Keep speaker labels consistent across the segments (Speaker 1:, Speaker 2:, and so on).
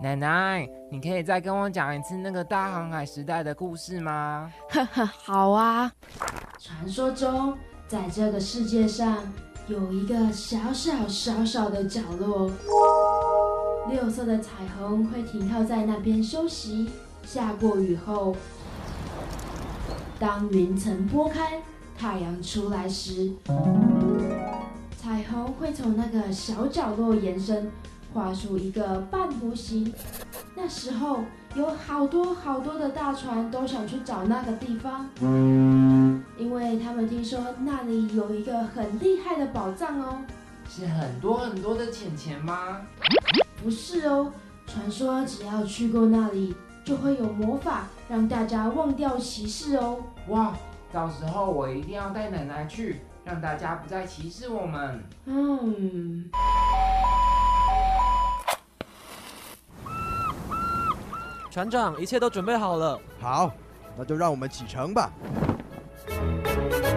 Speaker 1: 奶奶，你可以再跟我讲一次那个大航海时代的故事吗？
Speaker 2: 呵呵，好啊。
Speaker 3: 传说中，在这个世界上有一个小小小小的角落，六色的彩虹会停靠在那边休息。下过雨后，当云层拨开，太阳出来时，彩虹会从那个小角落延伸，画出一个半弧形。那时候，有好多好多的大船都想去找那个地方，因为他们听说那里有一个很厉害的宝藏哦。
Speaker 1: 是很多很多的钱钱吗？
Speaker 3: 不是哦，传说只要去过那里，就会有魔法让大家忘掉歧视哦。
Speaker 1: 哇，到时候我一定要带奶奶去，让大家不再歧视我们。
Speaker 3: 嗯，
Speaker 4: 船长，一切都准备好了。
Speaker 5: 好，那就让我们启程吧。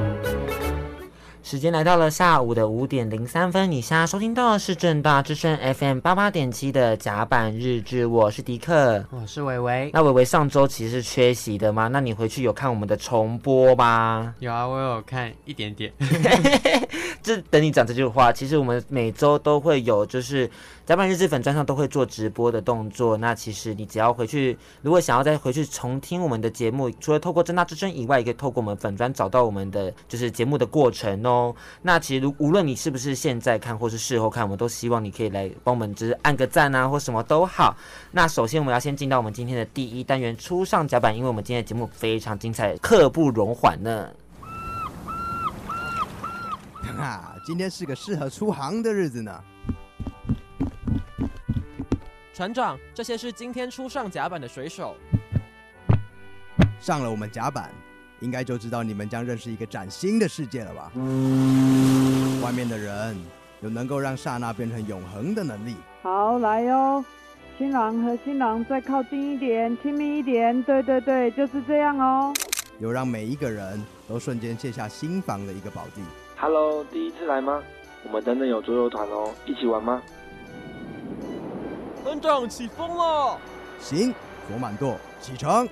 Speaker 6: 时间来到了下午的五点零三分，以下收听到的是正大之声 FM 八八点七的甲板日志，我是迪克。
Speaker 1: 我是伟伟，
Speaker 6: 那伟伟上周其实是缺席的吗？那你回去有看我们的重播吗？
Speaker 7: 有啊，我有看一点点。
Speaker 6: 这等你讲这句话，其实我们每周都会有，就是甲板日志粉专上都会做直播的动作。那其实你只要回去，如果想要再回去重听我们的节目，除了透过正大之声以外，也可以透过我们粉专找到我们的就是节目的过程哦。那其实如无论你是不是现在看或是事后看，我们都希望你可以来帮我们就是按个赞啊，或什么都好。那首先我们要先进到我们今天的第一单元初上甲板，因为我们今天的节目非常精彩，刻不容缓呢。
Speaker 5: 哈、哈，啊今天是个适合出航的日子呢。
Speaker 4: 船长，这些是今天初上甲板的水手。
Speaker 5: 上了我们甲板，应该就知道你们将认识一个崭新的世界了吧？外面的人有能够让刹那变成永恒的能力。
Speaker 8: 好，来哟、新郎和新郎再靠近一点，亲密一点。对对对，就是这样哦。
Speaker 5: 有让每一个人都瞬间卸下心防的一个宝地。
Speaker 9: Hello，第一次来吗？我们等等有桌游团哦，一起玩吗？
Speaker 4: 船长，起风了。
Speaker 5: 行，左满舵，启程。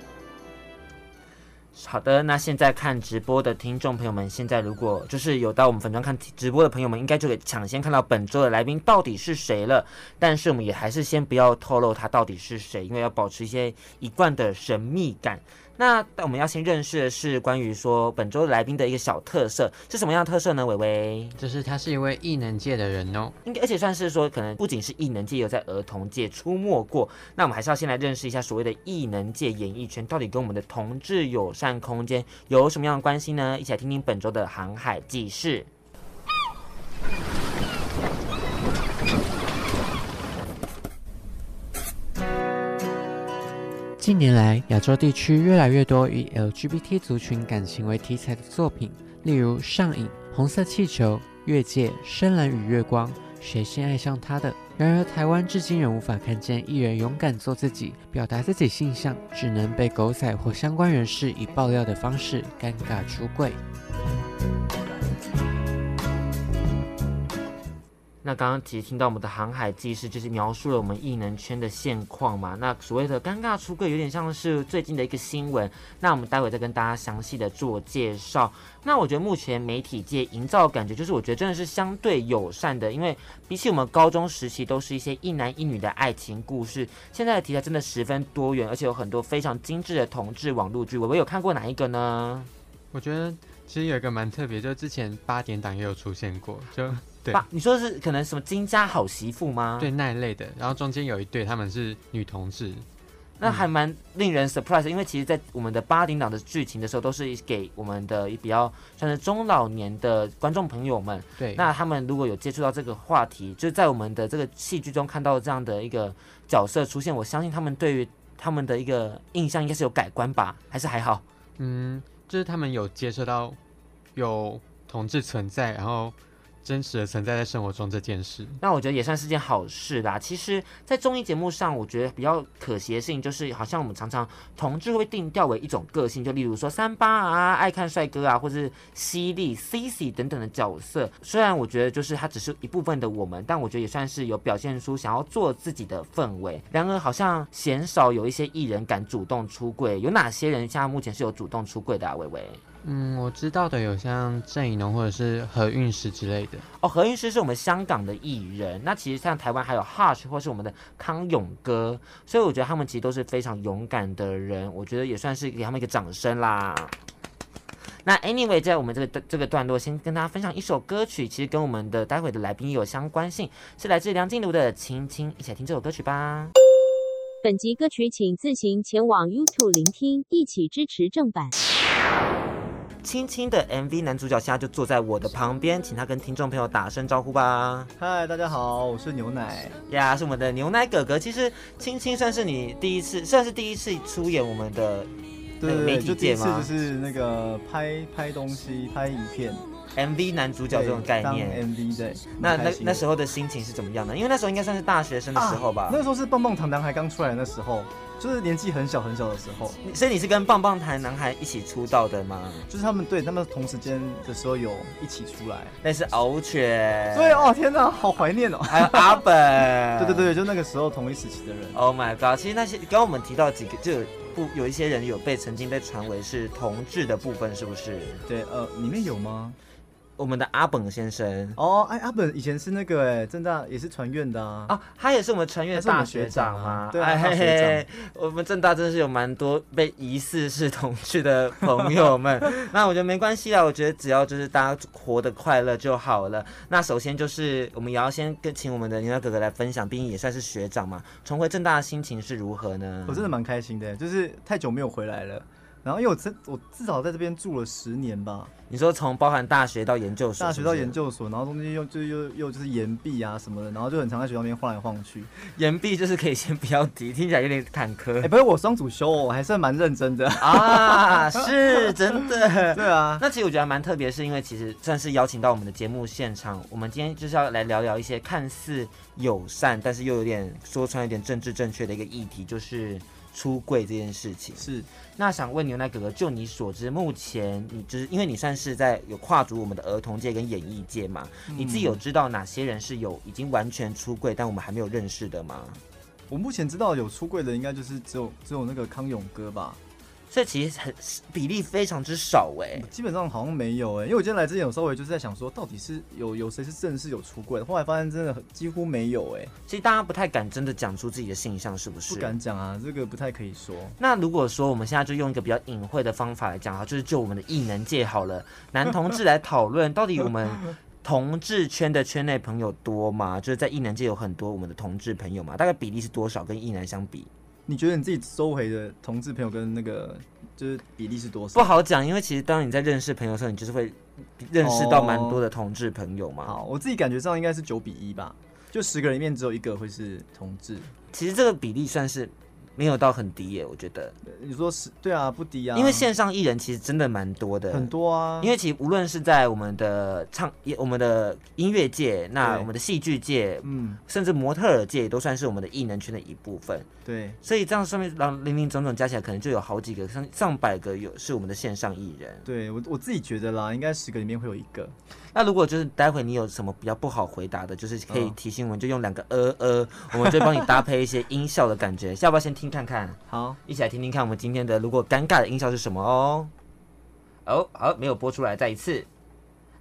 Speaker 6: 好的，那现在看直播的听众朋友们，现在如果就是有到我们粉专看直播的朋友们，应该就可以抢先看到本周的来宾到底是谁了。但是我们也还是先不要透露他到底是谁，因为要保持一些一贯的神秘感。那我们要先认识的是关于说本周来宾的一个小特色是什么样的特色呢？伟伟，
Speaker 7: 就是他是一位异能界的人哦。
Speaker 6: 应该而且算是说，可能不仅是异能界，哦有在儿童界出没过。那我们还是要先来认识一下所谓的异能界演艺圈，到底跟我们的同志友善空间有什么样的关系呢？一起来听听本周的航海记事。
Speaker 7: 近年来，亚洲地区越来越多以 LGBT 族群感情为题材的作品，例如《上瘾》《红色气球》《越界》《深蓝与月光》《谁先爱上他的》。然而，台湾至今仍无法看见艺人勇敢做自己，表达自己性向，只能被狗仔或相关人士以爆料的方式尴尬出柜。
Speaker 6: 那刚刚其实听到我们的航海技师就是描述了我们异能圈的现况嘛。那所谓的尴尬出柜，有点像是最近的一个新闻。那我们待会再跟大家详细的做介绍。那我觉得目前媒体界营造的感觉就是，我觉得真的是相对友善的，因为比起我们高中时期都是一些一男一女的爱情故事，现在的题材真的十分多元，而且有很多非常精致的同志网络剧。我我有看过哪一个呢？
Speaker 7: 我觉得其实有一个蛮特别，就之前八点档也有出现过，就对
Speaker 6: 爸，你说是可能什么金家好媳妇吗？
Speaker 7: 对那一类的。然后中间有一对他们是女同志，
Speaker 6: 那还蛮令人 surprise，的因为其实，在我们的八零档的剧情的时候，都是给我们的比较算是中老年的观众朋友们。
Speaker 7: 对，
Speaker 6: 那他们如果有接触到这个话题，就是在我们的这个戏剧中看到这样的一个角色出现，我相信他们对于他们的一个印象应该是有改观吧，还是还好。
Speaker 7: 嗯，就是他们有接受到有同志存在，然后真实的存在在生活中这件事。
Speaker 6: 那我觉得也算是件好事啦。其实，在综艺节目上，我觉得比较可惜的事情就是，好像我们常常同志会被定调为一种个性，就例如说三八啊、爱看帅哥啊，或是犀利、CC 等等的角色。虽然我觉得就是它只是一部分的我们，但我觉得也算是有表现出想要做自己的氛围。然而，好像鲜少有一些艺人敢主动出柜。有哪些人现在目前是有主动出柜的啊？伟伟？
Speaker 7: 嗯，我知道的有像郑怡农或者是何韵诗之类的。
Speaker 6: 哦，何韵诗是我们香港的艺人，那其实像台湾还有 Hush 或是我们的康永哥，所以我觉得他们其实都是非常勇敢的人，我觉得也算是给他们一个掌声啦。那 anyway，在我们这个段这个段落，先跟大家分享一首歌曲，其实跟我们的待会的来宾也有相关性，是来自梁静茹的《亲亲》，一起来听这首歌曲吧。
Speaker 2: 本集歌曲请自行前往 YouTube 聆听，一起支持正版。
Speaker 6: 亲亲的 MV 男主角现在就坐在我的旁边，请他跟听众朋友打声招呼吧。
Speaker 10: 嗨，大家好，我是牛奶。
Speaker 6: 呀，是我们的牛奶哥哥。其实青青算是你第一次，算是第一次出演我们的
Speaker 10: 对
Speaker 6: 呃
Speaker 10: 对
Speaker 6: 媒
Speaker 10: 对，
Speaker 6: 体
Speaker 10: 就第
Speaker 6: 界
Speaker 10: 一次
Speaker 6: 吗
Speaker 10: 就是那个拍拍东西、拍影片，
Speaker 6: MV 男主角这种概
Speaker 10: 对
Speaker 6: 念。
Speaker 10: 当 MV 对。
Speaker 6: 那那
Speaker 10: 蛮开心的
Speaker 6: 那时候的心情是怎么样的？因为那时候应该算是大学生的时候吧
Speaker 10: 啊。那时候是棒棒糖男孩刚出来的那时候，就是年纪很小很小的时候，
Speaker 6: 你所以你是跟棒棒糖男孩一起出道的吗？
Speaker 10: 就是他们对他哦们同时间的时候有一起出来。
Speaker 6: 那是敖犬，
Speaker 10: 对，哦，天哪，好怀念哦。。
Speaker 6: 还有阿本
Speaker 10: 对对对，就那个时候同一时期的人。
Speaker 6: Oh my god！其实那些刚刚我们提到几个，就有不有一些人有被曾经被传为是同志的部分，是不是？
Speaker 10: 对，呃，里面有吗？
Speaker 6: 我们的阿本先生
Speaker 10: 哦，哎，阿本以前是那个哎，正大也是传院的啊。
Speaker 6: 啊，他也是我们传院
Speaker 10: 他
Speaker 6: 的
Speaker 10: 是我
Speaker 6: 大
Speaker 10: 们
Speaker 6: 学
Speaker 10: 学
Speaker 6: 长
Speaker 10: 长
Speaker 6: 嘛
Speaker 10: 啊。对啊
Speaker 6: 哎
Speaker 10: 大学
Speaker 6: 嘿嘿我们正大真是有蛮多被疑似是同志的朋友们。 那我觉得没关系啦，我觉得只要就是大家活得快乐就好了。那首先就是我们也要先跟请我们的牛奶哥哥来分享，毕竟也算是学长嘛，重回正大的心情是如何呢？
Speaker 10: 我真的蛮开心的，就是太久没有回来了。然后因为我真我至少在这边住了十年吧，
Speaker 6: 你说从包含大学到研究所
Speaker 10: 大
Speaker 6: 是
Speaker 10: 学
Speaker 6: 不是，
Speaker 10: 到 研究所，然后中间又就又又就是岩壁啊什么的，然后就很常在学校那边晃来晃去。
Speaker 6: 岩壁就是可以先不要提，听起来有点坎坷。
Speaker 10: 哎、不是我双主修、哦，我还算蛮认 真的。
Speaker 6: 啊，是真的。
Speaker 10: 对啊，
Speaker 6: 那其实我觉得还蛮特别，是因为其实算是邀请到我们的节目现场，我们今天就是要来聊聊一些看似友善，但是又有点说穿有点政治正确的一个议题，就是出柜这件事情。
Speaker 10: 是
Speaker 6: 那想问牛奶哥哥，就你所知，目前你就是因为你算是在有跨足我们的儿童界跟演艺界嘛，你自己
Speaker 10: 嗯
Speaker 6: 有知道哪些人是有已经完全出柜，但我们还没有认识的吗？
Speaker 10: 我目前知道有出柜的，应该就是只有只有那个康永哥吧，
Speaker 6: 所以其实很比例非常之少哎、
Speaker 10: 基本上好像没有哎、因为我今天来之前有稍微就是在想说，到底是有有谁是正式有出柜的，后来发现真的很几乎没有哎、
Speaker 6: 其实大家不太敢真的讲出自己的性向，是不是？
Speaker 10: 不敢。讲啊，这个不太可以说。
Speaker 6: 那如果说我们现在就用一个比较隐晦的方法来讲哈，就是就我们的异能界好了，男同志来讨论，到底我 们同志圈的圈内朋友多吗？就是在异能界有很多我们的同志朋友嘛，大概比例是多少？跟异男相比
Speaker 10: 你觉得你自己周围的同志朋友跟那个就是比例是多
Speaker 6: 不
Speaker 10: 少？
Speaker 6: 好讲，因为其实当你在认识朋友的时候，你就是会认识到蛮多的同志朋友嘛。
Speaker 10: 好，我自己感觉上应该是九比一吧，就十个人里面只有一个会是同志。
Speaker 6: 其实这个比例算是没有到很低耶，我觉得，
Speaker 10: 呃你说十对啊，不低啊，
Speaker 6: 因为线上艺人其实真的蛮多的，
Speaker 10: 很多啊，
Speaker 6: 因为其实无论是在我们的唱、也我们的音乐界，那
Speaker 10: 对
Speaker 6: 我们的戏剧界，
Speaker 10: 嗯
Speaker 6: 甚至模特儿界，也都算是我们的艺能圈的一部分。
Speaker 10: 对，
Speaker 6: 所以这样上面让零零总总加起来，可能就有好几个上上百个有是我们的线上艺人。
Speaker 10: 对我我自己觉得啦，应该十个里面会有一个。
Speaker 6: 那如果就是待会你有什么比较不好回答的，就是可以
Speaker 10: 嗯
Speaker 6: 提醒我们，就用两个呃呃，我们就帮你搭配一些音效的感觉。要不要先听看看？
Speaker 10: 好，
Speaker 6: 一起来听听看我们今天的如果尴尬的音效是什么哦。哦，好，没有播出来，再一次。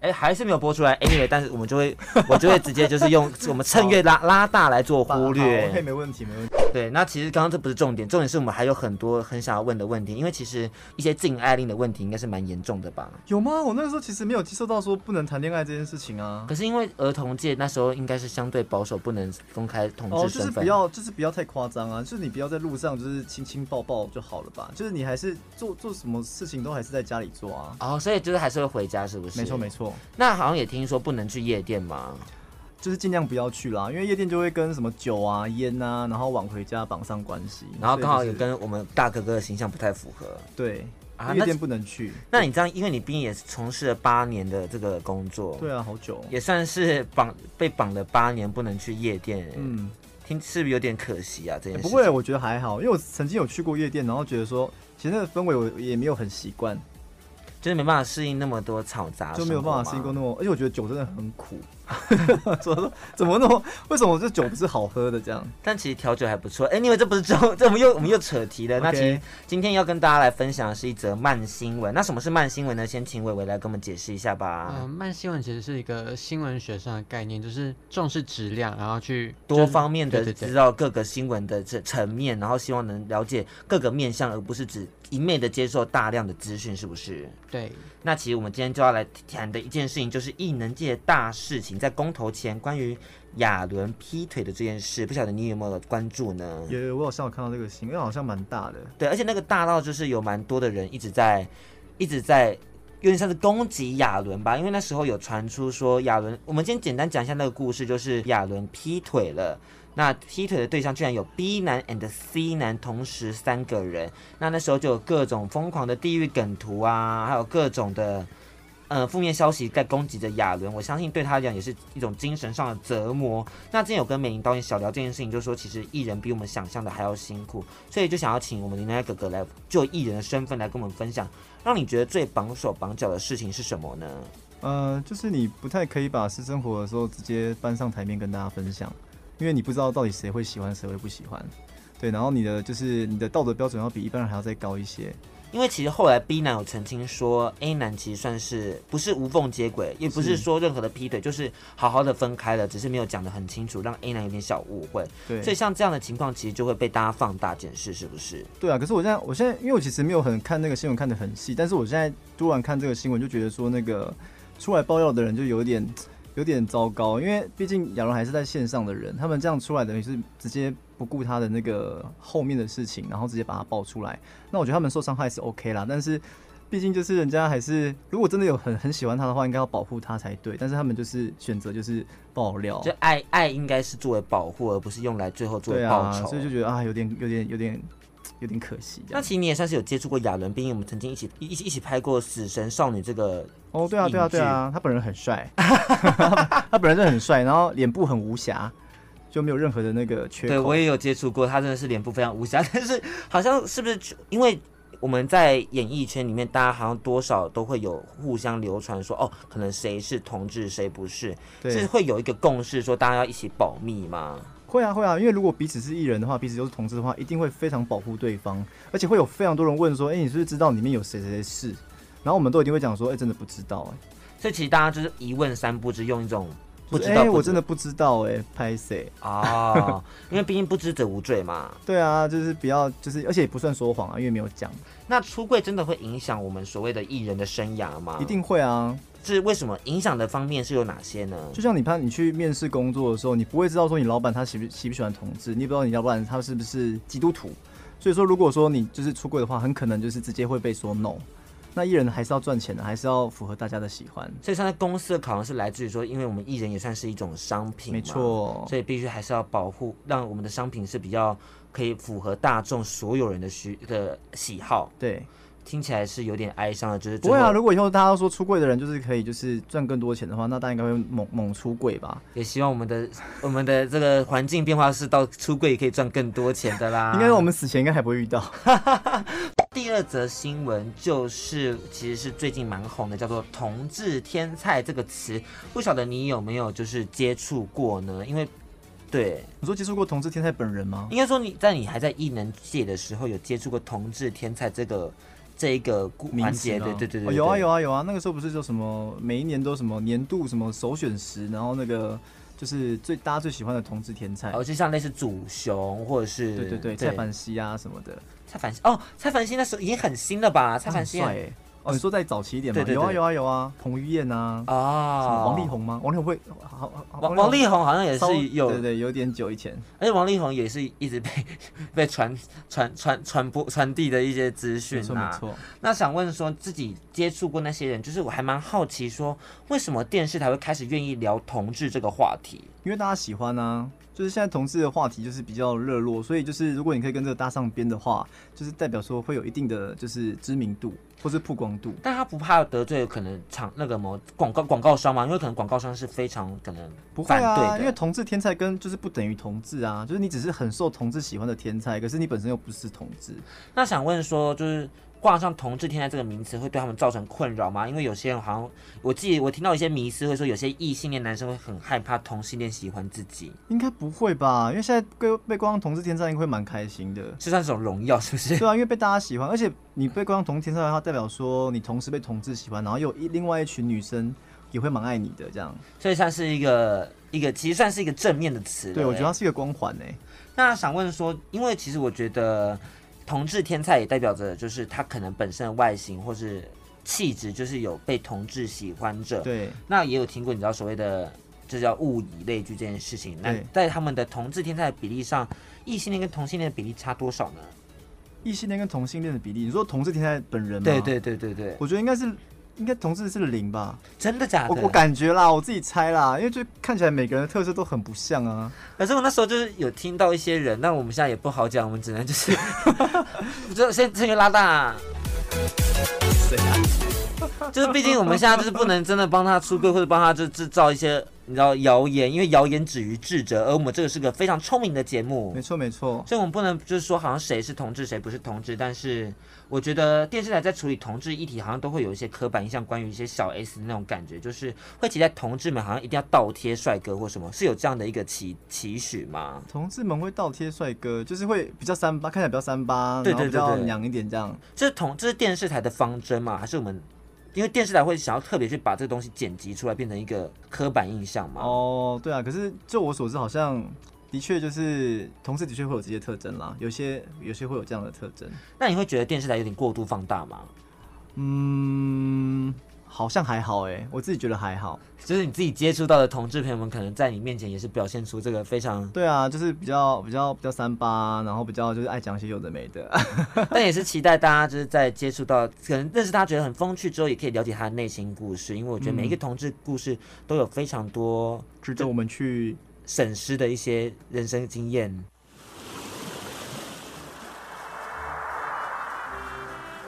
Speaker 6: 哎，还是没有播出来。Anyway，但是我们就会，我就会直接就是用我们趁月拉拉大来做
Speaker 10: 吧
Speaker 6: 忽
Speaker 10: 好，OK，
Speaker 6: 略。
Speaker 10: 没问题，没问题。
Speaker 6: 对，那其实刚刚这不是重点，重点是我们还有很多很想要问的问题，因为其实一些禁爱令的问题应该是蛮严重的吧。
Speaker 10: 有吗？我那个时候其实没有接受到说不能谈恋爱这件事情啊。
Speaker 6: 可是因为儿童界那时候应该是相对保守，不能公开同志
Speaker 10: 哦，就是
Speaker 6: 身
Speaker 10: 不
Speaker 6: 份。
Speaker 10: 要，就是不要太夸张啊！就是你不要在路上就是亲亲抱抱就好了吧？就是你还是做做什么事情都还是在家里做啊。
Speaker 6: 哦，所以就是还是会回家，是不是？
Speaker 10: 没错没。错，
Speaker 6: 那好像也听说不能去夜店嘛。
Speaker 10: 就是尽量不要去啦，因为夜店就会跟什么酒啊、烟啊，然后晚回家绑上关系。
Speaker 6: 然后刚好
Speaker 10: 所以
Speaker 6: 也
Speaker 10: 就是
Speaker 6: 跟我们大哥哥的形象不太符合。
Speaker 10: 对，
Speaker 6: 啊
Speaker 10: 夜
Speaker 6: 那
Speaker 10: 店不能去。
Speaker 6: 那你这样，因为你毕竟也是从事了八年的这个工作，
Speaker 10: 对啊，好久哦、
Speaker 6: 也算是绑被绑了八年，不能去夜店，嗯，听是不是有点可惜啊？这件
Speaker 10: 欸
Speaker 6: 事
Speaker 10: 不
Speaker 6: 情
Speaker 10: 会，我觉得还好，因为我曾经有去过夜店，然后觉得说，其实那个氛围我也没有很习惯，
Speaker 6: 就是没办法适应那么多嘈杂，
Speaker 10: 就没有办法适应过那。么，而且我觉得酒真的很苦， 怎么怎么那么，为什么这酒不是好喝的这样？
Speaker 6: 但其实调酒还不错。哎、因为这不是重， 这我们又我们又扯题了。那
Speaker 10: OK
Speaker 6: 其实今天要跟大家来分享的是一则慢新闻。那什么是慢新闻呢？先请伟伟来跟我们解释一下吧。
Speaker 7: 呃，慢新闻其实是一个新闻学上的概念，就是重视质量，然后去
Speaker 6: 多方面的
Speaker 7: 对对
Speaker 6: 知
Speaker 7: 对
Speaker 6: 道各个新闻的这层面，然后希望能了解各个面向，而不是只一昧的接受大量的资讯，是不是？
Speaker 7: 对，
Speaker 6: 那其实我们今天就要来谈的一件事情，就是艺能界的大事情，在公投前关于亚伦劈腿的这件事，不晓得你有没有关注呢？
Speaker 10: 有有，我好像有看到这个新闻，因为好像蛮大的，
Speaker 6: 对，而且那个大到就是有蛮多的人一直在一直在有点像是攻击亚伦吧，因为那时候有传出说亚伦，我们先简单讲一下那个故事，就是亚伦劈腿了。那劈腿的对象居然有 B 男 and C 男同时三个人，那那时候就有各种疯狂的地狱梗图啊，还有各种的呃负面消息在攻击着亚伦，我相信对他来讲也是一种精神上的折磨。那之前有跟美玲导演小聊这件事情，就说其实艺人比我们想象的还要辛苦，所以就想要请我们林奈哥哥来就艺人的身份来跟我们分享，让你觉得最绑手绑脚的事情是什么呢？
Speaker 10: 呃，就是你不太可以把私生活的时候直接搬上台面跟大家分享，因为你不知道到底谁会喜欢，谁会不喜欢。对，然后你的就是你的道德标准要比一般人还要再高一些，
Speaker 6: 因为其实后来 B 男有澄清说，A 男其实算是不是无缝接轨，也不是
Speaker 10: 是
Speaker 6: 说任何的劈腿，就是好好的分开了，只是没有讲得很清楚，让 A 男有点小误会。
Speaker 10: 对
Speaker 6: 所以像这样的情况，其实就会被大家放大检视，是不是？
Speaker 10: 对啊，可是我现在，我现在，因为我其实没有很看那个新闻看得很细，但是我现在突然看这个新闻，就觉得说那个出来爆料的人就有点有点糟糕，因为毕竟亚伦还是在线上的人，他们这样出来等于是直接不顾他的那个后面的事情，然后直接把他爆出来。那我觉得他们受伤害是 OK 啦，但是毕竟就是人家还是，如果真的有很很喜欢他的话，应该要保护他才对，但是他们就是选择就是爆料，
Speaker 6: 就爱爱应该是作为保护，而不是用来最后作
Speaker 10: 对
Speaker 6: 为报
Speaker 10: 啊，
Speaker 6: 酬。
Speaker 10: 所以就觉得啊，有点有点有点有点可惜这
Speaker 6: 那
Speaker 10: 样。
Speaker 6: 其实你也算是有接触过亚伦，毕竟我们曾经一起一一起一起拍过《死神少女》这个
Speaker 10: 哦，对啊，对啊，
Speaker 6: 影剧
Speaker 10: 对啊，他本人很帅， 他本人就很帅，然后脸部很无瑕，就没有任何的那个缺口。
Speaker 6: 对我也有接触过，他真的是脸部非常无瑕， 但是好像是不是就因为我们在演艺圈里面，大家好像多少都会有互相流传说，哦，可能谁是同志，谁不是，是
Speaker 10: 对，
Speaker 6: 会有一个共识说大家要一起保密吗？
Speaker 10: 会啊会啊，因为如果彼此是艺人的话，彼此都是同志的话，一定会非常保护对方，而且会有非常多人问说，哎，你是不是知道里面有谁谁谁是？然后我们都一定会讲说，哎，真的不知道，哎
Speaker 6: 所以其实大家就是一问三不知，用一种不
Speaker 10: 就是
Speaker 6: 知道
Speaker 10: 哎，
Speaker 6: 不
Speaker 10: 我
Speaker 6: 知
Speaker 10: 真的不知道，哎，拍谁？
Speaker 6: 啊、因为毕竟不知者无罪嘛。
Speaker 10: 对啊，就是比较就是，而且也不算说谎啊，因为没有讲，
Speaker 6: 那出柜真的会影响我们所谓的艺人的生涯吗？
Speaker 10: 一定会啊。
Speaker 6: 是为什么影响的方面是有哪些呢？
Speaker 10: 就像你怕你去面试工作的时候，你不会知道说你老板他喜不喜不喜欢同志，你也不知道你老板他是不是基督徒。所以说，如果说你就是出柜的话，很可能就是直接会被说 no。那艺人还是要赚钱的，还是要符合大家的喜欢。
Speaker 6: 所以现在公司的考量是来自于说，因为我们艺人也算是一种商品，
Speaker 10: 没，错，
Speaker 6: 所以必须还是要保护，让我们的商品是比较可以符合大众所有人的需的喜好。
Speaker 10: 对，
Speaker 6: 听起来是有点哀伤的，就是
Speaker 10: 不
Speaker 6: 最
Speaker 10: 会啊。
Speaker 6: 后
Speaker 10: 如果以后大家都说出柜的人就是可以就是赚更多钱的话，那大家应该会猛猛出柜吧？
Speaker 6: 也希望我们的我们的这个环境变化是到出柜也可以赚更多钱的啦。
Speaker 10: 应该我们死前应该还不会遇到。
Speaker 6: 第二则新闻就是，其实是最近蛮红的，叫做“同志天菜”这个词，不晓得你有没有就是接触过呢？因为对，
Speaker 10: 你说接触过同志天才本人吗？
Speaker 6: 应该说你在你还在艺能界的时候，有接触过“同志天菜”这个这一个故
Speaker 10: 名
Speaker 6: 环
Speaker 10: 词
Speaker 6: 节，
Speaker 10: 吗
Speaker 6: 对对对
Speaker 10: 哦
Speaker 6: 对，
Speaker 10: 有啊有
Speaker 6: 啊。
Speaker 10: 啊有啊，那个时候不是就什么每一年都什么年度什么首选十，然后那个就是最大家最喜欢的同志天才，
Speaker 6: 哦，就像类似祖雄或者是
Speaker 10: 对对对，蔡凡熙啊什么的，
Speaker 6: 蔡凡熙哦，蔡凡熙那时候已经很新了吧？蔡
Speaker 10: 他
Speaker 6: 凡
Speaker 10: 很
Speaker 6: 熙啊
Speaker 10: 帅哎。哦，你说再早期一点嘛？
Speaker 6: 对对
Speaker 10: 有啊
Speaker 6: 对
Speaker 10: 有啊有啊，彭于晏啊，什
Speaker 6: 啊，
Speaker 10: 么王力，宏吗？王力宏会，好好
Speaker 6: 王王力宏好像也
Speaker 10: 稍
Speaker 6: 是有
Speaker 10: 对对，有点久以前。
Speaker 6: 而且王力宏也是一直被 被传传传传播传递的一些资讯
Speaker 10: 没错没
Speaker 6: 啊。
Speaker 10: 错，
Speaker 6: 那想问说，自己接触过那些人，就是我还蛮好奇说，为什么电视台会开始愿意聊同志这个话题？
Speaker 10: 因为大家喜欢啊，就是现在同志的话题就是比较热络，所以就是如果你可以跟这个搭上边的话，就是代表说会有一定的就是知名度或是曝光度。
Speaker 6: 但他不怕得罪可能厂那个某广告广告商嘛，因为可能广告商是非常可能
Speaker 10: 不会
Speaker 6: 反对
Speaker 10: 啊，
Speaker 6: 的。
Speaker 10: 因为同志天才跟就是不等于同志啊，就是你只是很受同志喜欢的天才，可是你本身又不是同志。
Speaker 6: 那想问说，就是挂上“同志天才”这个名词，会对他们造成困扰吗？因为有些人好像，我记得我听到一些迷思，会说有些异性恋男生会很害怕同性恋喜欢自己，
Speaker 10: 应该不会吧？因为现在被被光同志天才应该会蛮开心 的。
Speaker 6: 这算是种荣耀，是不是？
Speaker 10: 对啊，因为被大家喜欢，而且你被光同志天才的话，代表说你同时被同志喜欢，然后又有一另外一群女生也会蛮爱你的这样。
Speaker 6: 所以算是一个一个，其实算是一个正面的词了欸。
Speaker 10: 对，我觉得它是一个光环诶、
Speaker 6: 那想问说，因为其实我觉得同志天才也代表着，就是他可能本身的外形或是气质，就是有被同志喜欢者。。
Speaker 10: 对，
Speaker 6: 那也有听过你知道所谓的，这叫物以类聚这件事情。那
Speaker 10: 对
Speaker 6: 在他们的同志天才的比例上，异性恋跟同性恋的比例差多少呢？
Speaker 10: 异性恋跟同性恋的比例，你说同志天才本人吗？
Speaker 6: 对，对对对对，
Speaker 10: 我觉得应该是应该同志是零吧，
Speaker 6: 真的假的？
Speaker 10: 我我感觉啦，我自己猜啦，因为就看起来每个人的特色都很不像啊。
Speaker 6: 可是我那时候就是有听到一些人，那我们现在也不好讲，我们只能就是， 就先先去拉大。就是毕竟我们现在就是不能真的帮他出柜，或者帮他就制造一些你知道谣言，因为谣言止于智者，而我们这个是个非常聪明的节目
Speaker 10: 没，错没错，
Speaker 6: 所以我们不能就是说好像谁是同志谁不是同志，但是我觉得电视台在处理同志议题，好像都会有一些刻板印象，关于一些小 S 的那种感觉，就是会期待同志们好像一定要倒贴帅哥或什么，是有这样的一个期期许吗？
Speaker 10: 同志们会倒贴帅哥，就是会比较三八，看起来比较三八，
Speaker 6: 对
Speaker 10: 然后
Speaker 6: 对
Speaker 10: 比
Speaker 6: 对
Speaker 10: 较
Speaker 6: 对
Speaker 10: 娘一点这样。
Speaker 6: 这是同这是电视台的方针嘛？还是我们因为电视台会想要特别去把这个东西剪辑出来，变成一个刻板印象嘛？
Speaker 10: 哦，对啊，可是就我所知，好像的确就是同志的确会有这些特征啦，有些有些会有这样的特征。
Speaker 6: 那你会觉得电视台有点过度放大吗？
Speaker 10: 嗯，好像还好哎、我自己觉得还好。
Speaker 6: 就是你自己接触到的同志朋友们，可能在你面前也是表现出这个非常，
Speaker 10: 对啊，就是比较比较比较三八，然后比较就是爱讲一些有的没的。
Speaker 6: 但也是期待大家就是在接触到，可能认识他觉得很风趣之后，也可以了解他的内心故事，因为我觉得每一个同志故事都有非常多
Speaker 10: 值得我们去
Speaker 6: 省思的一些人生经验。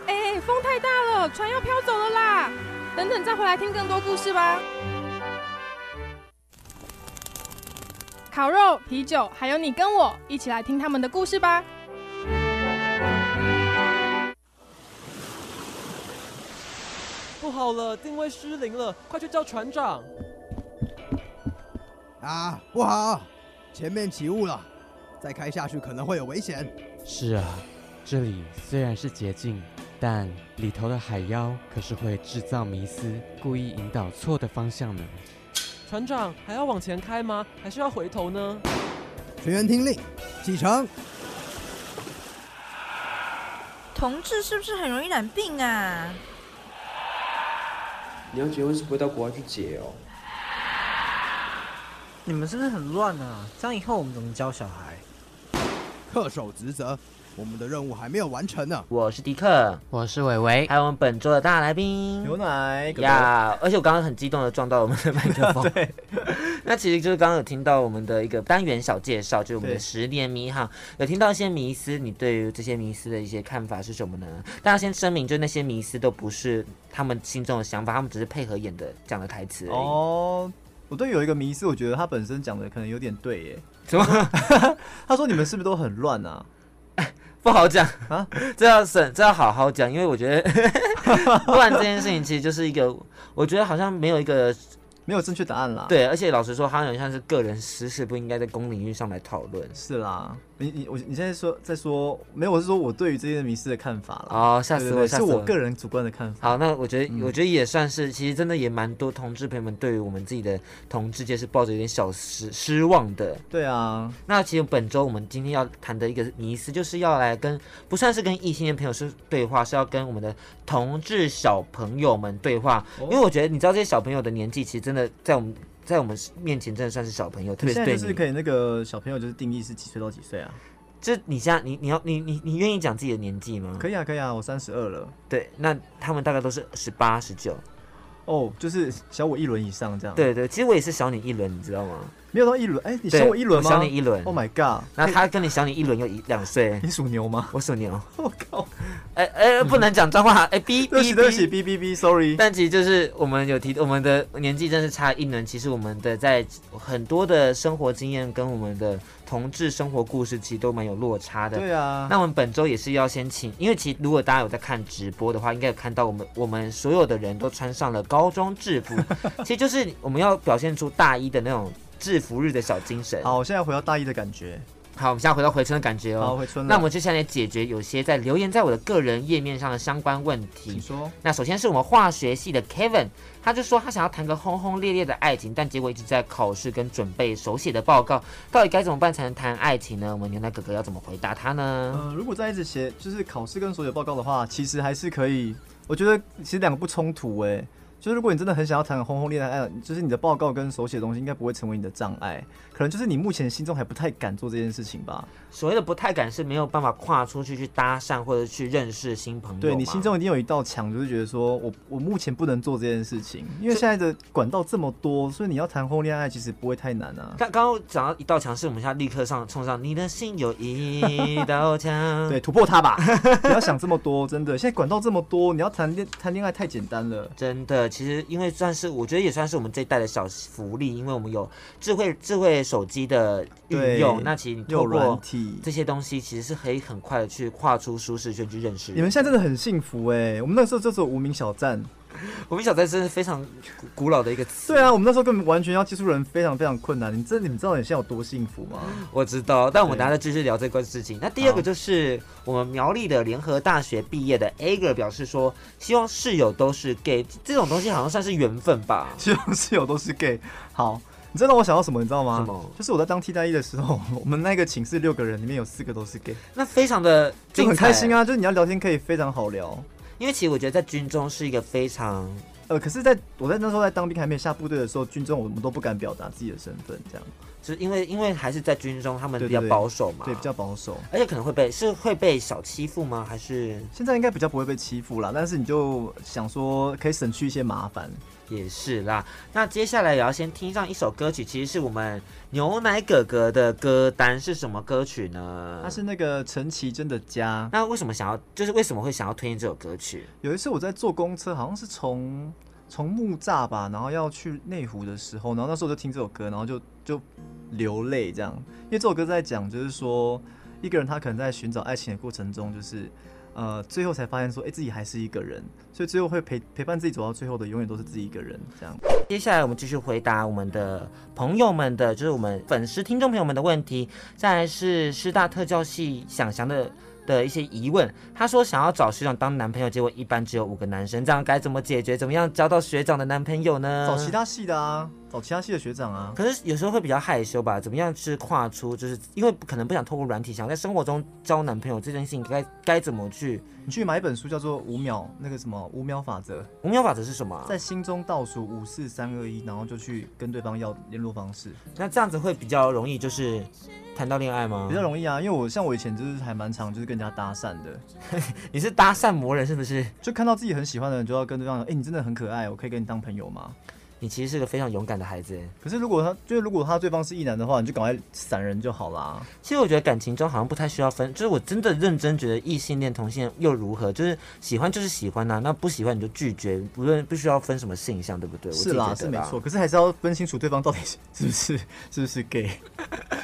Speaker 11: 哎、风太大了，船要飘走了啦！等等再回来听更多故事吧。烤肉、啤酒，还有你跟我一起来听他们的故事吧。
Speaker 4: 不好了，定位失灵了，快去叫船长！
Speaker 5: 啊，不好，前面起雾了，再开下去可能会有危险。
Speaker 7: 是啊，这里虽然是捷径，但里头的海妖可是会制造迷思，故意引导错的方向呢。
Speaker 4: 船长还要往前开吗？还是要回头呢？
Speaker 5: 全员听令，启程。
Speaker 12: 同志是不是很容易染病啊？
Speaker 13: 你要结婚是不会到国外去结哦。
Speaker 14: 你们是不是很乱啊？这样以后我们怎么教小孩？
Speaker 5: 恪守职责，我们的任务还没有完成呢。
Speaker 6: 我是迪克，
Speaker 7: 我是伟伟，
Speaker 6: 还有我们本周的大来宾
Speaker 10: 牛奶哥哥
Speaker 6: 呀而且我刚刚很激动的撞到我们的麦克风。 那其实就是刚刚有听到我们的一个单元小介绍，就是我们的
Speaker 4: 对
Speaker 6: 十年迷航，有听到一些迷思，你对于这些迷思的一些看法是什么呢？大家先声明，就那些迷思都不是他们心中的想法，他们只是配合演的讲的台词而已。
Speaker 10: 哦。我对有一个迷思，我觉得他本身讲的可能有点对耶。
Speaker 6: 什么？
Speaker 10: 他说你们是不是都很乱啊？
Speaker 6: 不好讲啊， 这要省，这要好好讲，因为我觉得乱这件事情其实就是一个，我觉得好像没有一个
Speaker 10: 没有正确答案啦。
Speaker 6: 对，而且老实说，好像有点像是个人私事，不应该在公领域上来讨论。
Speaker 10: 是啦，你你我你现在说在说没有，我是说我对于这些迷思的看法啦。
Speaker 6: 哦，吓死
Speaker 10: 对
Speaker 6: 我！
Speaker 10: 对对
Speaker 6: 吓
Speaker 10: 是
Speaker 6: 死
Speaker 10: 我个人主观的看法。
Speaker 6: 好，那我觉
Speaker 10: 嗯
Speaker 6: 得，我觉得也算是，其实真的也蛮多同志朋友们对于我们自己的同志界是抱着有点小失失望的。
Speaker 10: 对啊，
Speaker 6: 那其实本周我们今天要谈的一个迷思，就是要来跟不算是跟异性恋朋友是对话，是要跟我们的同志小朋友们对话。
Speaker 10: 哦
Speaker 6: 因为我觉得，你知道这些小朋友的年纪，其实真的在我们在我们面前真的算是小朋友，特别
Speaker 10: 你现
Speaker 6: 是
Speaker 10: 在
Speaker 6: 对
Speaker 10: 就是
Speaker 6: 你。
Speaker 10: 可以那个小朋友就是定义是几岁到几岁啊？
Speaker 6: 就你现在，你你要你你你愿意讲自己的年纪吗？
Speaker 10: 可以啊，可以啊，我三十二了。
Speaker 6: 对，那他们大概都是十八、十九。
Speaker 10: 哦，就是小我一轮以上这样。
Speaker 6: 对对，其实我也是小你一轮，你知道吗？
Speaker 10: 没有到一轮，哎，你
Speaker 6: 对
Speaker 10: 小我一轮吗？
Speaker 6: 我小你一轮
Speaker 10: Oh my god！
Speaker 6: 然后他跟你小你一轮又一两 岁。
Speaker 10: 你属牛吗？
Speaker 6: 我哦属牛。
Speaker 10: 我靠！
Speaker 6: 哎哎，不能讲脏话，哎 哔
Speaker 10: 对不
Speaker 6: 哔
Speaker 10: 起对不
Speaker 6: 哔
Speaker 10: 起，哔哔哔，sorry。
Speaker 6: 但其实就是我们有提，我们的年纪真是差一轮。其实我们的在很多的生活经验跟我们的同志生活故事，其实都蛮有落差的。
Speaker 10: 对啊
Speaker 6: 那我们本周也是要先请，因为其实如果大家有在看直播的话，应该有看到我们我们所有的人都穿上了高中制服， 其实就是我们要表现出大一的那种制服日的小精神。
Speaker 10: 好，我现在回到大一的感觉。
Speaker 6: 好，我们现在回到回春的感觉哦。
Speaker 10: 好回春了
Speaker 6: 那我们接下来解决有些在留言在我的个人页面上的相关问题。
Speaker 10: 请说。
Speaker 6: 那首先是我们化学系的 Kevin，他就说他想要谈个轰轰烈烈的爱情，但结果一直在考试跟准备手写的报告，到底该怎么办才能谈爱情呢？我们牛奶哥哥要怎么回答他呢？
Speaker 10: 呃，如果在一直写就是考试跟所有报告的话，其实还是可以。我觉得其实两个不冲突哎、就是如果你真的很想要谈轰轰烈烈的爱，就是你的报告跟手写的东西应该不会成为你的障碍，可能就是你目前心中还不太敢做这件事情吧。
Speaker 6: 所谓的不太敢是没有办法跨出去去搭讪或者去认识新朋友吗。
Speaker 10: 对你心中一定有一道墙，就是觉得说我我目前不能做这件事情，因为现在的管道这么多，所以你要谈轰轰烈烈的爱其实不会太难啊。
Speaker 6: 刚刚刚讲到一道墙，是我们现在立刻上冲上，你的心有一道墙。
Speaker 10: 对，突破它吧，不要想这么多，真的。现在管道这么多，你要谈恋谈恋爱太简单了。
Speaker 6: 真的，其实因为算是我觉得也算是我们这一代的小福利，因为我们有智慧智慧手机的运
Speaker 10: 对
Speaker 6: 用，那其实你
Speaker 10: 又
Speaker 6: 透
Speaker 10: 软
Speaker 6: 过
Speaker 10: 体
Speaker 6: 这些东西，其实是可以很快的去跨出舒适圈去认识人。
Speaker 10: 你们现在真的很幸福哎、我们那时候就只有无名小站。
Speaker 6: 我们小站真的非常古古老的一个词，
Speaker 10: 对啊，我们那时候根本完全要接触人非常非常困难。你真的你们知道你现在有多幸福 吗？
Speaker 6: 我知道，但我们等一下再继续聊这个事情。那第二个就是我们苗栗的联合大学毕业的 Ager 表示说，希望室友都是 gay，这种东西好像算是缘分吧。
Speaker 10: 希望室友都是 gay。好，你知道我想要什么？你知道吗？就是我在当替代役的时候，我们那个寝室六个人里面有四个都是 gay，
Speaker 6: 那非常的
Speaker 10: 就很开心
Speaker 6: 啊。
Speaker 10: 啊。就是你要聊天可以非常好聊。
Speaker 6: 因为其实我觉得在军中是一个非常
Speaker 10: 呃，可是在我在那时候在当兵还没有下部队的时候，军中我们都不敢表达自己的身份，这样
Speaker 6: 就是因为因为还是在军中，他们
Speaker 10: 对
Speaker 6: 比较
Speaker 10: 对对
Speaker 6: 保守嘛，
Speaker 10: 对，比较保守。
Speaker 6: 而且可能会被是会被小欺负吗？还是
Speaker 10: 现在应该比较不会被欺负啦，但是你就想说可以省去一些麻烦。
Speaker 6: 也是啦。那接下来也要先听上一首歌曲，其实是我们牛奶哥哥的歌单是什么歌曲呢？
Speaker 10: 他是那个陈绮贞的家。
Speaker 6: 那为什么想要，就是为什么会想要推荐这首歌曲？
Speaker 10: 有一次我在坐公车，好像是从从木栅吧，然后要去内湖的时候，然后那时候就听这首歌，然后就就流泪这样，因为这首歌在讲就是说一个人他可能在寻找爱情的过程中，就是呃最后才发现说，哎、自己还是一个人，所以最后会陪陪伴自己走到最后的，永远都是自己一个人这样。
Speaker 6: 接下来我们继续回答我们的朋友们的，就是我们粉丝听众朋友们的问题。再来是师大特教系想翔的的一些疑问，他说想要找学长当男朋友，结果一般只有五个男生，这样该怎么解决？怎么样交到学长的男朋友呢？
Speaker 10: 找其他系的啊，找其他系的学长啊。
Speaker 6: 可是有时候会比较害羞吧？怎么样去跨出？就是因为可能不想透过软体，想在生活中交男朋友这件事情该该怎么去？
Speaker 10: 你去买一本书叫做《五秒》，那个什么五秒法则。
Speaker 6: 五秒法则是什么啊？
Speaker 10: 在心中倒数五四三二一，然后就去跟对方要联络方式，
Speaker 6: 那这样子会比较容易，就是谈到恋爱吗？
Speaker 10: 比较容易啊。因为我像我以前就是还蛮常就是跟人家搭讪的，
Speaker 6: 你是搭讪魔人是不是？
Speaker 10: 就看到自己很喜欢的人，就要跟对方讲，哎、你真的很可爱，我可以跟你当朋友吗？
Speaker 6: 你其实是个非常勇敢的孩子。欸
Speaker 10: 可是如果他就是如果他对方是异男的话，你就赶快闪人就好啦。
Speaker 6: 其实我觉得感情中好像不太需要分，就是我真的认真觉得异性恋、同性恋又如何？就是喜欢就是喜欢呐、啊那不喜欢你就拒绝，不论不需要分什么性向，对不对？我自
Speaker 10: 是
Speaker 6: 己
Speaker 10: 啦，
Speaker 6: 觉
Speaker 10: 是
Speaker 6: 得
Speaker 10: 没
Speaker 6: 啦
Speaker 10: 错，。可是还是要分清楚对方到底是是不是是不是 gay，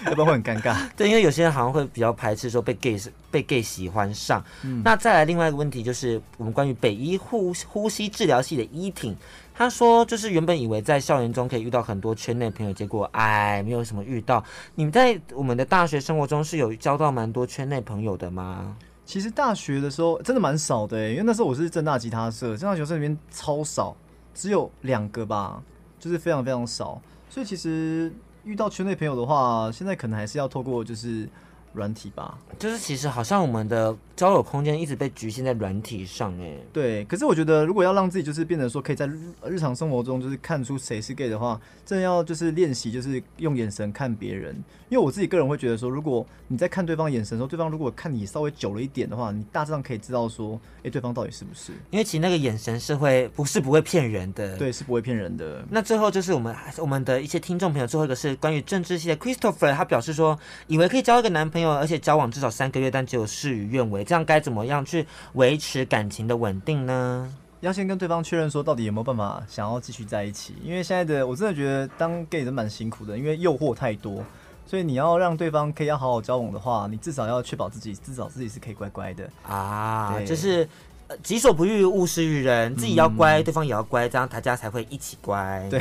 Speaker 10: 要 不然会很尴尬。
Speaker 6: 对，因为有些人好像会比较排斥说被 gay 是被 gay 喜欢上。
Speaker 10: 嗯
Speaker 6: 那再来另外一个问题就是，我们关于北医呼呼吸治疗系的依挺，他说就是原本以为在校园中可以遇到很多圈内朋友，结果哎没有什么遇到。你们在我们的大学生活中是有交到蛮多圈内朋友的吗？
Speaker 10: 其实大学的时候真的蛮少的、欸因为那时候我是正大吉他社，正大吉他社里面超少，只有两个吧，就是非常非常少。所以其实遇到圈内朋友的话，现在可能还是要透过就是软体吧。
Speaker 6: 就是其实好像我们的交友空间一直被局限在软体上哎。
Speaker 10: 对，可是我觉得如果要让自己就是变得说可以在日日常生活中就是看出谁是 gay 的话，真的要就是练习就是用眼神看别人，因为我自己个人会觉得说，如果你在看对方眼神的时候，对方如果看你稍微久了一点的话，你大致上可以知道说，哎、对方到底是不是？
Speaker 6: 因为其实那个眼神是会不是不会骗人的，
Speaker 10: 对，是不会骗人的。
Speaker 6: 那最后就是我们我们的一些听众朋友，最后一个是关于政治系的 Christopher，他表示说，以为可以交一个男朋友，而且交往至少三个月，但结果事与愿违，这样该怎么样去维持感情的稳定呢？
Speaker 10: 要先跟对方确认说到底有没有办法想要继续在一起，因为现在的我真的觉得当 gay 真蛮辛苦的，因为诱惑太多，所以你要让对方可以要好好交往的话，你至少要确保自己至少自己是可以乖乖的。
Speaker 6: 啊，
Speaker 10: 对
Speaker 6: 就是呃己所不欲，勿施于人，自己要乖，对方也要乖，这样大家才会一起乖。
Speaker 10: 嗯对，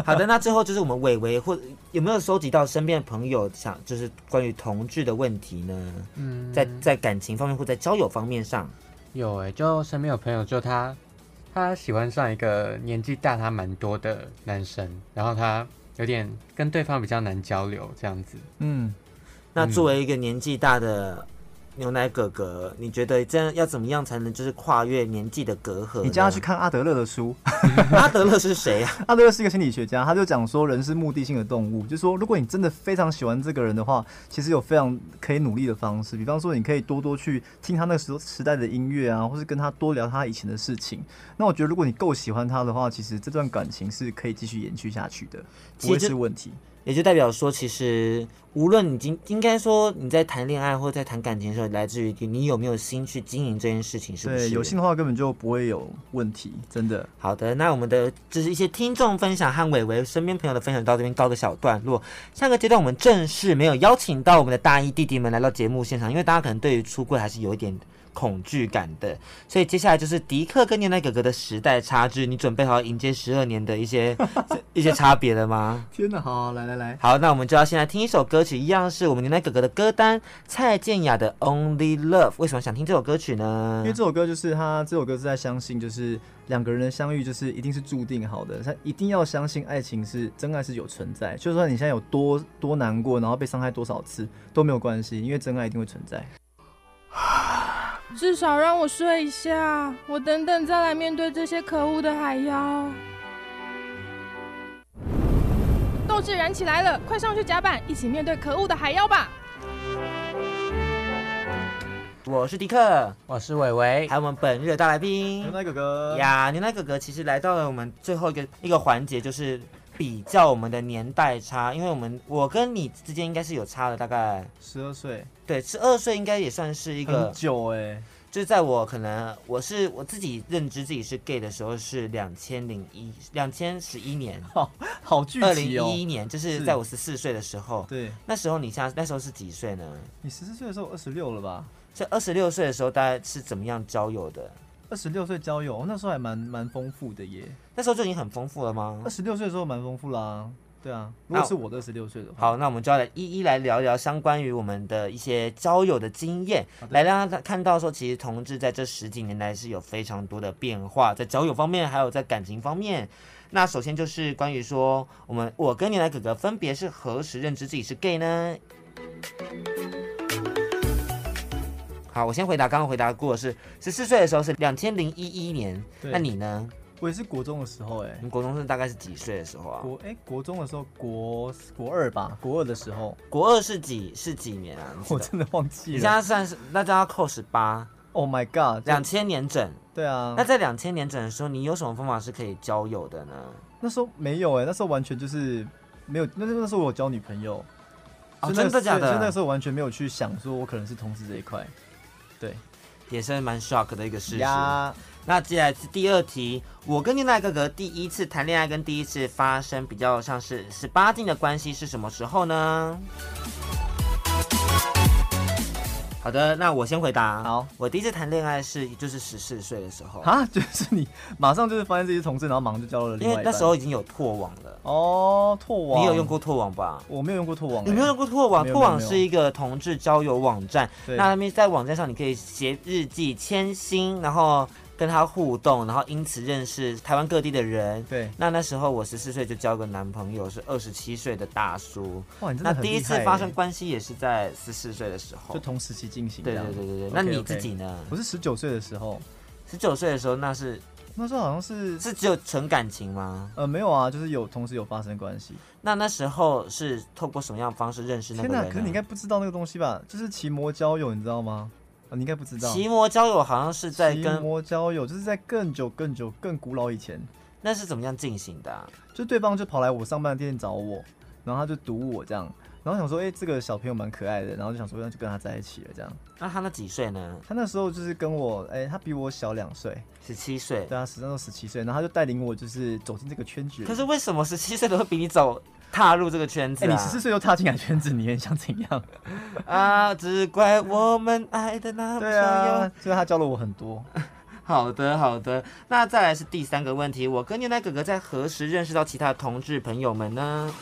Speaker 6: 好的，那最后就是我们伟伟或有没有收集到身边的朋友想就是关于同志的问题呢？
Speaker 7: 嗯
Speaker 6: 在在感情方面或在交友方面上，
Speaker 7: 有哎、就身边有朋友，就他，他喜欢上一个年纪大他蛮多的男生，然后他有点跟对方比较难交流这样子。
Speaker 10: 嗯，
Speaker 6: 那作为一个年纪大的牛奶哥哥，你觉得这样要怎么样才能就是跨越年纪的隔阂呢？
Speaker 10: 你叫他去看阿德勒的书，
Speaker 6: 阿德勒是谁啊？
Speaker 10: 阿德勒是一个心理学家，他就讲说人是目的性的动物，就说如果你真的非常喜欢这个人的话，其实有非常可以努力的方式，比方说你可以多多去听他那个时候时代的音乐啊，或是跟他多聊他以前的事情。那我觉得如果你够喜欢他的话，其实这段感情是可以继续延续下去的，不会
Speaker 6: 其实
Speaker 10: 是问题。
Speaker 6: 也就代表说，其实无论你今应该说你在谈恋爱或在谈感情的时候，来自于你有没有心去经营这件事情，是不是？
Speaker 10: 对，有心的话根本就不会有问题，真的。
Speaker 6: 好的，那我们的就是一些听众分享和伟伟身边朋友的分享到这边告个小段落。下个阶段我们正式没有邀请到我们的大一弟弟们来到节目现场，因为大家可能对于出柜还是有一点恐惧感的，所以接下来就是迪克跟牛奶哥哥的时代差距，你准备好迎接十二年的一些 一些差别了吗？
Speaker 10: 天哪，好，啊来来来，
Speaker 6: 好，那我们就要先来听一首歌曲，一样是我们牛奶哥哥的歌单，蔡健雅的《Only Love》。为什么想听这首歌曲呢
Speaker 10: 因为？这首歌就是他，这首歌是在相信，就是两个人的相遇，就是一定是注定好的。他一定要相信爱情是真爱是有存在，就算你现在有多多难过，然后被伤害多少次都没有关系，因为真爱一定会存在。
Speaker 11: 至少让我睡一下，我等等再来面对这些可恶的海妖。斗志燃起来了，快上去甲板，一起面对可恶的海妖吧！
Speaker 6: 我是迪克，
Speaker 7: 我是伟伟，
Speaker 6: 还有我们本日的大来宾
Speaker 10: 牛奶哥哥
Speaker 6: 嗯呀，牛奶哥哥其实来到了我们最后一个一个环节，就是比较我们的年代差，因为我们我跟你之间应该是有差了大概
Speaker 10: 十二岁，
Speaker 6: 对，十二岁应该也算是一个
Speaker 10: 很久哎、
Speaker 6: 就是在我可能我是我自己认知自己是 gay 的时候是两千零一两千十一年，
Speaker 10: 好好具
Speaker 6: 二零
Speaker 10: 体哦
Speaker 6: 一一年就是
Speaker 10: 是
Speaker 6: 在我十四岁的时候，
Speaker 10: 对，
Speaker 6: 那时候你像那时候是几岁呢？
Speaker 10: 你十四岁的时候二十六了吧？
Speaker 6: 所以二十六岁的时候大概是怎么样交友的？
Speaker 10: 二十六岁交友，那时候还蛮蛮丰富的耶。
Speaker 6: 那时候就已经很丰富了吗
Speaker 10: 二？十六岁的时候蛮丰富啦，对啊。如
Speaker 6: 那
Speaker 10: 果是我的二十六岁的话，
Speaker 6: 好，那我们就要来一一来聊聊相关于我们的一些交友的经验，来让他看到说，其实同志在这十几年来是有非常多的变化，在交友方面，还有在感情方面。那首先就是关于说，我们我跟牛奶哥哥分别是何时认知自己是 gay 呢？好，我先回答刚刚回答过的是十四岁的时候是两千零一一年，
Speaker 10: 对
Speaker 6: 那你呢？
Speaker 10: 我也是国中的时候哎、
Speaker 6: 你国中是大概是几岁的时候啊？
Speaker 10: 国哎、国中的时候，国国二吧，国二的时候，
Speaker 6: 国二是几是几年啊？你知道
Speaker 10: 我真的忘记
Speaker 6: 你
Speaker 10: 了。
Speaker 6: 现在算是那就要扣十八
Speaker 10: Oh my god！
Speaker 6: 两千年整。
Speaker 10: 对啊，
Speaker 6: 那在两千年整的时候，你有什么方法是可以交友的呢？
Speaker 10: 那时候没有哎、那时候完全就是没有，那那时候我有交女朋友，
Speaker 6: 哦
Speaker 10: 所以那
Speaker 6: 真的假的
Speaker 10: 所以那时候完全没有去想说我可能是同志这一块，对，
Speaker 6: 也是蛮 shock 的一个事实
Speaker 10: 呀。
Speaker 6: 那接下来是第二题，我跟另外一个哥哥第一次谈恋爱跟第一次发生比较像是十八禁的关系是什么时候呢？好的，那我先回答。
Speaker 10: 好，
Speaker 6: 我第一次谈恋爱是就是十四岁的时候，
Speaker 10: 啊， 就是你马上就是发现自己是同志，然后马上就交了另
Speaker 6: 因
Speaker 10: 外一
Speaker 6: 为
Speaker 10: 半。
Speaker 6: 那时候已经有拓网了。
Speaker 10: 哦，拓网，
Speaker 6: 你有用？过拓网吧？
Speaker 10: 我没有用过拓网、欸，
Speaker 6: 你没有用过拓网？
Speaker 10: 没有
Speaker 6: 拓网
Speaker 10: 没有
Speaker 6: 是一个同志交友网站，
Speaker 10: 对
Speaker 6: 那那边在网站上你可以写日记、签心，然后跟他互动，然后因此认识台湾各地的人。
Speaker 10: 对，
Speaker 6: 那那时候我十四岁就交个男朋友，是二十七岁的大叔。
Speaker 10: 哇你真的
Speaker 6: 那
Speaker 10: 很
Speaker 6: 第一
Speaker 10: 厉
Speaker 6: 次
Speaker 10: 害
Speaker 6: 发
Speaker 10: 耶
Speaker 6: 生关系也是在十四岁的时候，
Speaker 10: 就同时期进行这
Speaker 6: 对
Speaker 10: 样。
Speaker 6: 对对对对
Speaker 10: OK，
Speaker 6: 那你
Speaker 10: OK
Speaker 6: 自己呢？
Speaker 10: 我是十九岁的时候，
Speaker 6: 十九岁的时候，那是
Speaker 10: 那时候好像是
Speaker 6: 是只有纯感情吗？
Speaker 10: 呃没有啊，就是有同时有发生关系。
Speaker 6: 那那时候是透过什么样的方式认识那
Speaker 10: 天
Speaker 6: 个
Speaker 10: 哪，
Speaker 6: 人啊
Speaker 10: 可是你应
Speaker 6: 呢？
Speaker 10: 该不知道那个东西吧？就是骑摩交友，你知道吗？啊，你应该不知道。
Speaker 6: 骑摩交友好像是在
Speaker 10: 骑
Speaker 6: 跟
Speaker 10: 摩交友，就是在更久、更久、更古老以前，
Speaker 6: 那是怎么样进行的啊、
Speaker 10: 就对方就跑来我上班的店找我，然后他就堵我这样，然后想说，哎、这个小朋友蛮可爱的，然后就想说，那就跟他在一起了这样。
Speaker 6: 那他那几岁呢？
Speaker 10: 他那时候就是跟我，哎、他比我小两岁，
Speaker 6: 十七岁，
Speaker 10: 对啊，十三到十七岁，然后他就带领我就是走进这个圈子。
Speaker 6: 可是为什么十七岁都会比你早踏入这个圈子
Speaker 10: 哎、
Speaker 6: 啊？
Speaker 10: 你十四岁就踏进来圈子，你很想怎样？
Speaker 6: 啊，只怪我们爱的那么
Speaker 10: 对啊，所以他教了我很多。
Speaker 6: 好的，好的。那再来是第三个问题，我跟牛奶哥哥在何时认识到其他同志朋友们呢？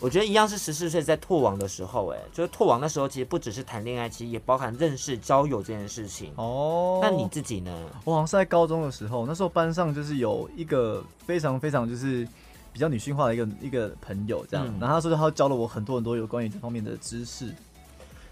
Speaker 6: 我觉得一样是十四岁在拓网的时候、哎，就是拓网那时候其实不只是谈恋爱，其实也包含认识交友这件事情。
Speaker 10: 哦，
Speaker 6: 那你自己呢？
Speaker 10: 我好像是在高中的时候，那时候班上就是有一个非常非常就是比较女性化的一个一个朋友这样，
Speaker 6: 嗯
Speaker 10: 然后他说他教了我很多很多有关于这方面的知识。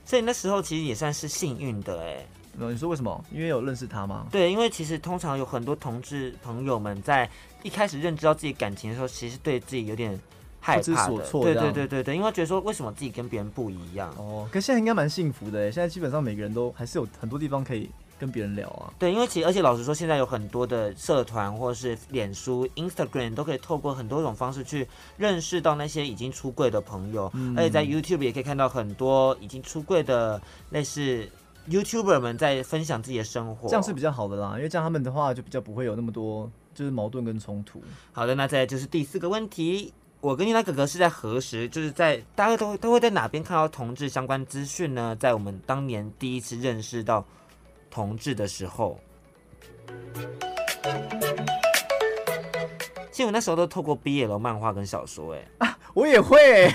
Speaker 6: 所以那时候其实也算是幸运的、哎。
Speaker 10: 呃你说为什么？因为有认识他吗？
Speaker 6: 对，因为其实通常有很多同志朋友们在一开始认知到自己感情的时候，其实对自己有点害
Speaker 10: 不知
Speaker 6: 怕的，
Speaker 10: 所措
Speaker 6: 对
Speaker 10: 这
Speaker 6: 对
Speaker 10: 样
Speaker 6: 对对对，因为觉得说为什么自己跟别人不一样？
Speaker 10: 哦，可现在应该蛮幸福的耶，现在基本上每个人都还是有很多地方可以跟别人聊啊。
Speaker 6: 对，因为其实而且老实说，现在有很多的社团或者是脸书、Instagram 都可以透过很多种方式去认识到那些已经出柜的朋友，
Speaker 15: 嗯
Speaker 6: 而且在 YouTube 也可以看到很多已经出柜的类似 YouTuber 们在分享自己的生活，
Speaker 10: 这样是比较好的啦，因为这样他们的话就比较不会有那么多就是矛盾跟冲突。
Speaker 6: 好的，那再来就是第四个问题，我跟你那哥哥是在何时，就是在大家都都会在哪边看到同志相关资讯呢？在我们当年第一次认识到同志的时候，其实我那时候都透过 BL 漫画跟小说、欸，哎、
Speaker 10: 我也 会，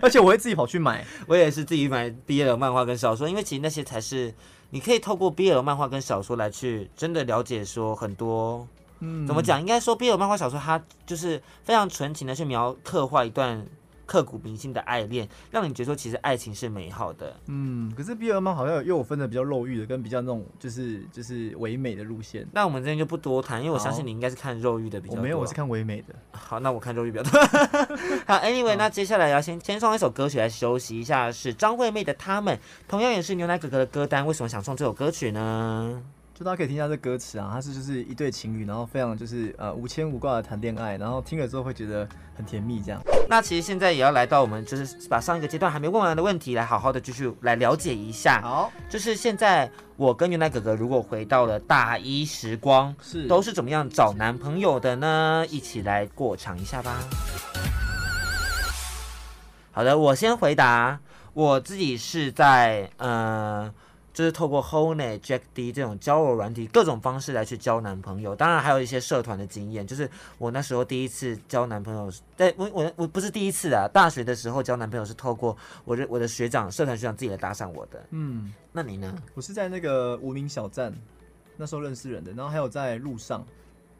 Speaker 10: 而且我会自己跑去买。
Speaker 6: 我也是自己买 BL 漫画跟小说，因为其实那些才是你可以透过 BL 漫画跟小说来去真的了解说很多
Speaker 10: 嗯
Speaker 6: 怎么讲？？应该说，BL 漫画小说它就是非常纯情的去描刻画一段刻骨铭心的爱恋，让你觉得说其实爱情是美好的。
Speaker 10: 嗯，可是 BL 漫好像有又有分的比较肉欲的，跟比较那种就是就是唯美的路线。
Speaker 6: 那我们今天就不多谈，因为我相信
Speaker 10: 好
Speaker 6: 你应该是看肉欲的比较
Speaker 10: 我
Speaker 6: 多。啊
Speaker 10: 没有，我是看唯美的。
Speaker 6: 好，那我看周玉表 多。好，Anyway，那接下来要先先送一首歌曲来休息一下，是张惠妹的《他们》，同样也是牛奶哥哥的歌单。为什么想送这首歌曲呢？
Speaker 10: 就大家可以听一下这歌词啊，它是就是一对情侣，然后非常就是呃无牵无挂的谈恋爱，然后听了之后会觉得很甜蜜这样。
Speaker 6: 那其实现在也要来到我们就是把上一个阶段还没问完的问题，来好好的继续来了解一下。
Speaker 10: 好，
Speaker 6: 就是现在我跟牛奶哥哥如果回到了大一时光，
Speaker 10: 是
Speaker 6: 都是怎么样找男朋友的呢？一起来过场一下吧。好的，我先回答，我自己是在呃。就是透过 Honey、Jack D 这种交友软体，各种方式来去交男朋友。当然还有一些社团的经验，就是我那时候第一次交男朋友是，但我我我不是第一次啊，大学的时候交男朋友是透过我的我的学长、社团学长自己来搭讪我的。
Speaker 10: 嗯，
Speaker 6: 那你呢？
Speaker 10: 我是在那个无名小站那时候认识人的，然后还有在路上。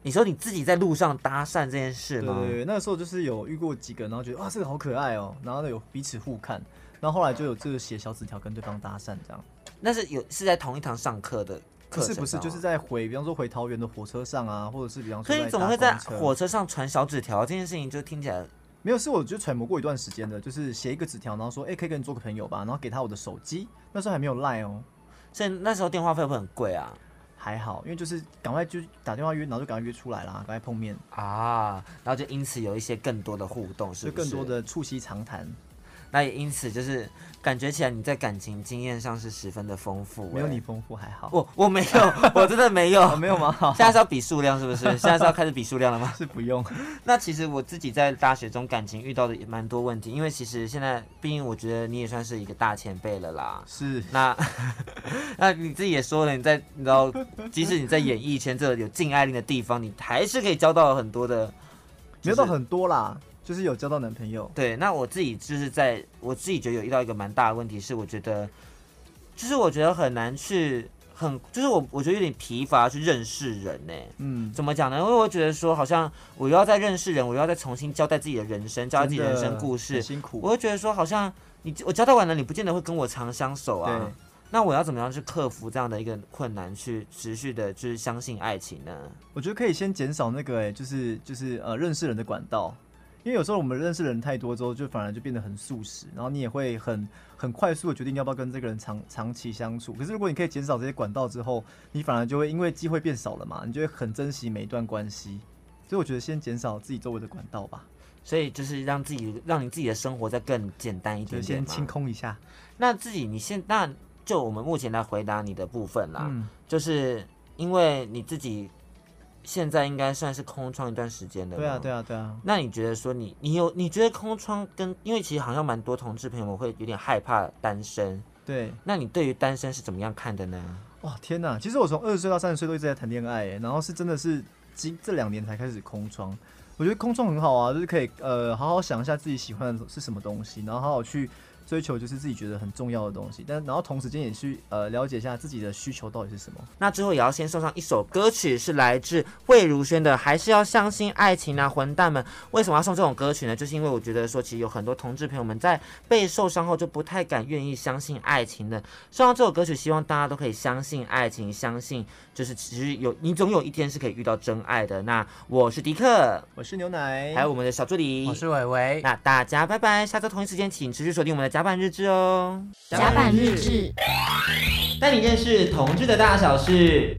Speaker 6: 你说你自己在路上搭讪这件事
Speaker 10: 对
Speaker 6: 吗？
Speaker 10: 对对，那个时候就是有遇过几个，然后觉得哇这个好可爱哦、然后呢有彼此互看，然后后来就有这个写小纸条跟对方搭讪这样。
Speaker 6: 那是有是在同一堂上课的课
Speaker 10: 不
Speaker 6: 程啊
Speaker 10: 是
Speaker 6: 吗
Speaker 10: 不是，就是。在回，比方说回桃园的火车上啊，或者是比方说
Speaker 6: 可
Speaker 10: 搭
Speaker 6: 是你
Speaker 10: 公车。
Speaker 6: 怎
Speaker 10: 啊
Speaker 6: 么会在火车上传小纸条这件事情就听起来
Speaker 10: 没有，是我就揣摩过一段时间的，就是写一个纸条，然后说，哎、可以跟你做个朋友吧，然后给他我的手机，那时候还没有赖哦，
Speaker 6: 所以那时候电话费会很贵啊。
Speaker 10: 还好，因为就是赶快就打电话约，然后就赶快约出来啦，赶快碰面，
Speaker 6: 啊？然后就因此有一些更多的互动，是
Speaker 10: 就
Speaker 6: 不
Speaker 10: 更
Speaker 6: 是？
Speaker 10: 多的促膝长谈。
Speaker 6: 那也因此就是感觉起来你在感情经验上是十分的丰富、
Speaker 10: 没有
Speaker 6: 欸
Speaker 10: 你丰富还好，哦
Speaker 6: 我我没有，我真的没有，
Speaker 10: 没有吗？
Speaker 6: 现在是要比数量是不是？现在是要开始比数量了吗？
Speaker 10: 是不用。
Speaker 6: 那其实我自己在大学中感情遇到的也蛮多问题，因为其实现在，毕竟我觉得你也算是一个大前辈了啦。
Speaker 10: 是。
Speaker 6: 那 那你自己也说了，你在你知 道，即使你在演艺圈这有禁爱令的地方，你还是可以交到很多的。
Speaker 10: 没有到很多啦，就是有交到男朋友，
Speaker 6: 对，那我自己就是在我自己觉得有遇到一个蛮大的问题，是我觉得就是我觉得很难去很，就是我我觉得有点疲乏去认识人欸呢、
Speaker 10: 嗯，
Speaker 6: 怎么讲呢？因为我觉得说，好像我又要再认识人，我又要再重新交代自己的人生，交代自己人
Speaker 10: 真的
Speaker 6: 生故事，
Speaker 10: 很辛苦
Speaker 6: 我会觉得说，好像你我交代完了，你不见得会跟我长相守啊
Speaker 10: 对。
Speaker 6: 那我要怎么样去克服这样的一个困难，去持续的就是相信爱情呢？
Speaker 10: 我觉得可以先减少那个、欸，就是就是呃认识人的管道，因为有时候我们认识人太多之后，就反而就变得很速食，然后你也会很很快速的决定要不要跟这个人长长期相处。可是如果你可以减少这些管道之后，你反而就会因为机会变少了嘛，你就会很珍惜每一段关系。所以我觉得先减少自己周围的管道吧，
Speaker 6: 所以就是让自己让你自己的生活再更简单一
Speaker 10: 就
Speaker 6: 点点
Speaker 10: 先
Speaker 6: 嘛。
Speaker 10: 清空一下。
Speaker 6: 那自己你现那就我们目前来回答你的部分啦，
Speaker 10: 嗯
Speaker 6: 就是因为你自己现在应该算是空窗一段时间的，
Speaker 10: 对啊，对。啊，对啊。
Speaker 6: 那你觉得说你你有你觉得空窗跟因为其实好像蛮多同志朋友们会有点害怕单身，
Speaker 10: 对。
Speaker 6: 那你对于单身是怎么样看的呢？
Speaker 10: 哇，天哪！其实我从二十岁到三十岁都一直在谈恋爱耶，然后是真的是今这两年才开始空窗。我觉得空窗很好啊，就是可以呃好好想一下自己喜欢的是什么东西，然后好好去追求就是自己觉得很重要的东西，但然后同时间也去呃了解一下自己的需求到底是什么。
Speaker 6: 那之后也要先送上一首歌曲，是来自魏如萱的《还是要相信爱情》啊，混蛋们！为什么要送这种歌曲呢？就是因为我觉得说，其实有很多同志朋友们在被受伤后就不太敢愿意相信爱情的。送上这首歌曲，希望大家都可以相信爱情，相信就是其实有你总有一天是可以遇到真爱的。那我是迪克，
Speaker 10: 我是牛奶，
Speaker 6: 还有我们的小助理，我是
Speaker 14: 伟伟。
Speaker 6: 那大家拜拜，下周同一时间请持续锁定我们的甲板日志哦。
Speaker 3: 甲板日志。
Speaker 6: 带你认识同志的大小事。